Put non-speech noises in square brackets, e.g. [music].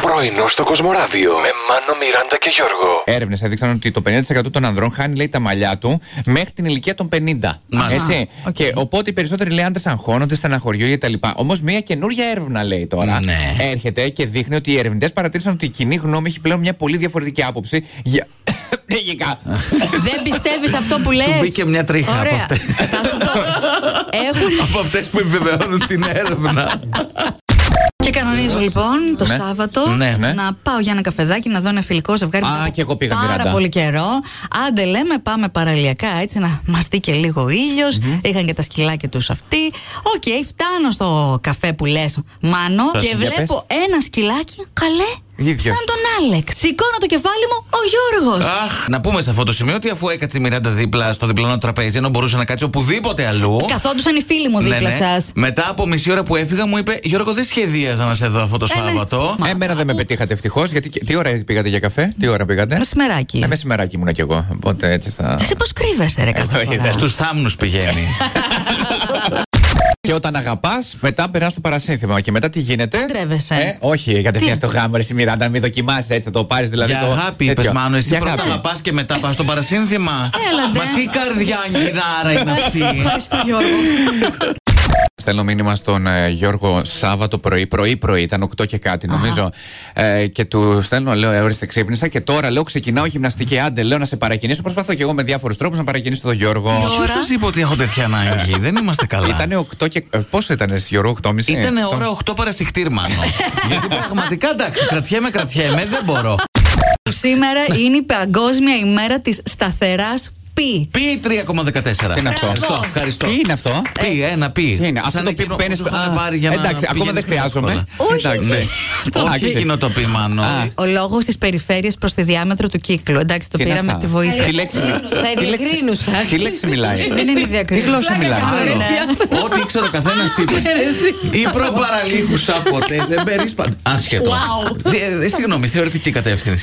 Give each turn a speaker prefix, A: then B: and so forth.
A: Πρωινό στο Κοσμοράδιο με Μάνο, Μιράντα και Γιώργο.
B: Έρευνες έδειξαν ότι το 50% των ανδρών χάνει λέει, τα μαλλιά του μέχρι την ηλικία των 50.
C: Μάλιστα.
B: Έτσι.
C: Α, οκ.
B: Και οπότε οι περισσότεροι λέει άντρες αγχώνονται, στεναχωριούνται κτλ. Όμως μια καινούργια έρευνα λέει τώρα
C: Ναι.
B: έρχεται και δείχνει ότι οι ερευνητές παρατήρησαν ότι η κοινή γνώμη έχει πλέον μια πολύ διαφορετική άποψη για. [coughs]
C: [coughs]
B: Λογικά.
D: Δεν πιστεύεις αυτό που λες.
C: Του μπήκε μια τρίχα από
D: Ωραία.
C: αυτές.
D: Θα σου πω. Έχουν.
C: Από αυτές που επιβεβαιώνουν την έρευνα.
D: Και κανονίζω λοιπόν το
B: Ναι.
D: Σάββατο
C: Ναι, ναι.
D: να πάω για ένα καφεδάκι να δω ένα φιλικό ζευγάρι.
B: Α,
D: που έχω
B: κι εγώ πήγα,
D: Πάρα
B: Μιράντα.
D: πολύ καιρό. Άντε λέμε, πάμε παραλιακά έτσι να μαστεί και λίγο ήλιο. Είχαν και τα σκυλάκια τους αυτοί. Οκ, φτάνω στο καφέ που λες, Μάνο,
B: Σας
D: και
B: για πες.
D: βλέπω ένα σκυλάκι καλέ.
B: Ίδιος.
D: Σαν τον Άλεξ. Σηκώνω το κεφάλι μου, ο Γιώργος.
C: Αχ, να πούμε σε αυτό το σημείο ότι αφού έκατσε η Μιράντα δίπλα στο διπλανό τραπέζι, ενώ μπορούσε να κάτσει οπουδήποτε αλλού.
D: Καθόντουσαν οι φίλοι μου
C: Ναι,
D: δίπλα
C: ναι.
D: σας.
C: Μετά από μισή ώρα που έφυγα, μου είπε Γιώργο, δεν σχεδίαζα να σε δω αυτό το
D: Ε, ναι.
C: Σάββατο.
D: Μα-
B: Εμένα δεν με πετύχατε ευτυχώς. Γιατί... και- Τι ώρα πήγατε για καφέ, τι ώρα πήγατε.
D: Μεσημεράκι.
B: Ε, μεσημεράκι ήμουνα κι εγώ. Οπότε έτσι στα.
D: Σε πώς κρύβεσαι, ρε, κάθε
B: Ε,
D: φορά.
B: ε,
C: Στους θάμνους [laughs] πηγαίνει.
B: Και όταν αγαπάς, μετά περνάς στο παρασύνθημα. Και μετά τι γίνεται.
D: Παντρεύεσαι.
B: Ε, όχι, κατευθείαν
D: Τι?
B: στο γάμο, ρε η Μιράντα, μην δοκιμάσει έτσι, θα το πάρεις δηλαδή.
C: Για
B: το...
C: αγάπη, είπε
B: τέτοιο.
C: Μάνο, εσύ
B: Για
C: πρώτα
B: αγάπη.
C: αγαπάς και μετά πα στο παρασύνθημα.
D: Έλα, ντε.
C: Μα τι καρδιά γυράρα
D: [laughs]
C: είναι αυτή.
D: Ευχαριστώ, Γιώργο.
B: Στέλνω μήνυμα στον ε, Γιώργο Σάββατο πρωί, πρωί-πρωί, ήταν 8 και κάτι νομίζω. Ε, και του στέλνω, λέω, ε, ορίστε, ξύπνησα και τώρα λέω, ξεκινάω γυμναστική. Άντε, λέω να σε παρακινήσω. Προσπαθώ και εγώ με διάφορους τρόπους να παρακινήσω τον Γιώργο.
C: Ποιος σας είπε ότι έχω τέτοια [laughs] ανάγκη. Δεν είμαστε καλά.
B: Ήτανε 8 και. ε, Πόσο ήταν, Γιώργο, 8.30.
C: Ήτανε
B: Το-
C: ώρα 8 παρασυχτήρ, μάλλον. [laughs] Γιατί πραγματικά εντάξει, κρατιέμαι, κρατιέμαι, δεν μπορώ.
D: Σήμερα είναι η Παγκόσμια ημέρα της σταθεράς πι.
C: Πι 3,14.
B: Τι είναι αυτό?
C: Ευχαριστώ, ευχαριστώ. Ε,
B: Τι είναι αυτό.
C: Πι, ένα πι.
B: Τι είναι, αυτό
C: Σαν
B: το
C: εκείνο
B: πι παίρνει.
C: που σου είχαν πάρει για να
B: Εντάξει, ακόμα δεν
C: πηγαίνεις πιο
B: χρειάζομαι.
C: εύκολα.
D: Όχι,
B: Εντάξει.
D: όχι.
B: Α,
C: Όχι
B: κοίτα.
C: εκείνο το πι, μάλλον.
B: Α,
D: Ο λόγος της περιφέρειας προς τη διάμετρο του κύκλου. Εντάξει, το
B: Τι είναι
D: πήραμε
B: αυτά?
D: τη βοήθεια.
B: Τι λέξη,
E: Θα
B: τι λέξη-
E: ενδεκρίνουσα.
B: τι λέξη μιλάει.
D: Δεν είναι
B: Τι
D: διακριτή.
B: γλώσσα μιλάει.
D: Άλλο.
C: ε. Ό,τι ήξερε ο καθένας είπε. Ή προπαραλίγουσα ποτέ. Δεν περίσπαντα. Άσχετο. Δε- δε- Συγγνώμη, θεωρητική κατεύθυνση.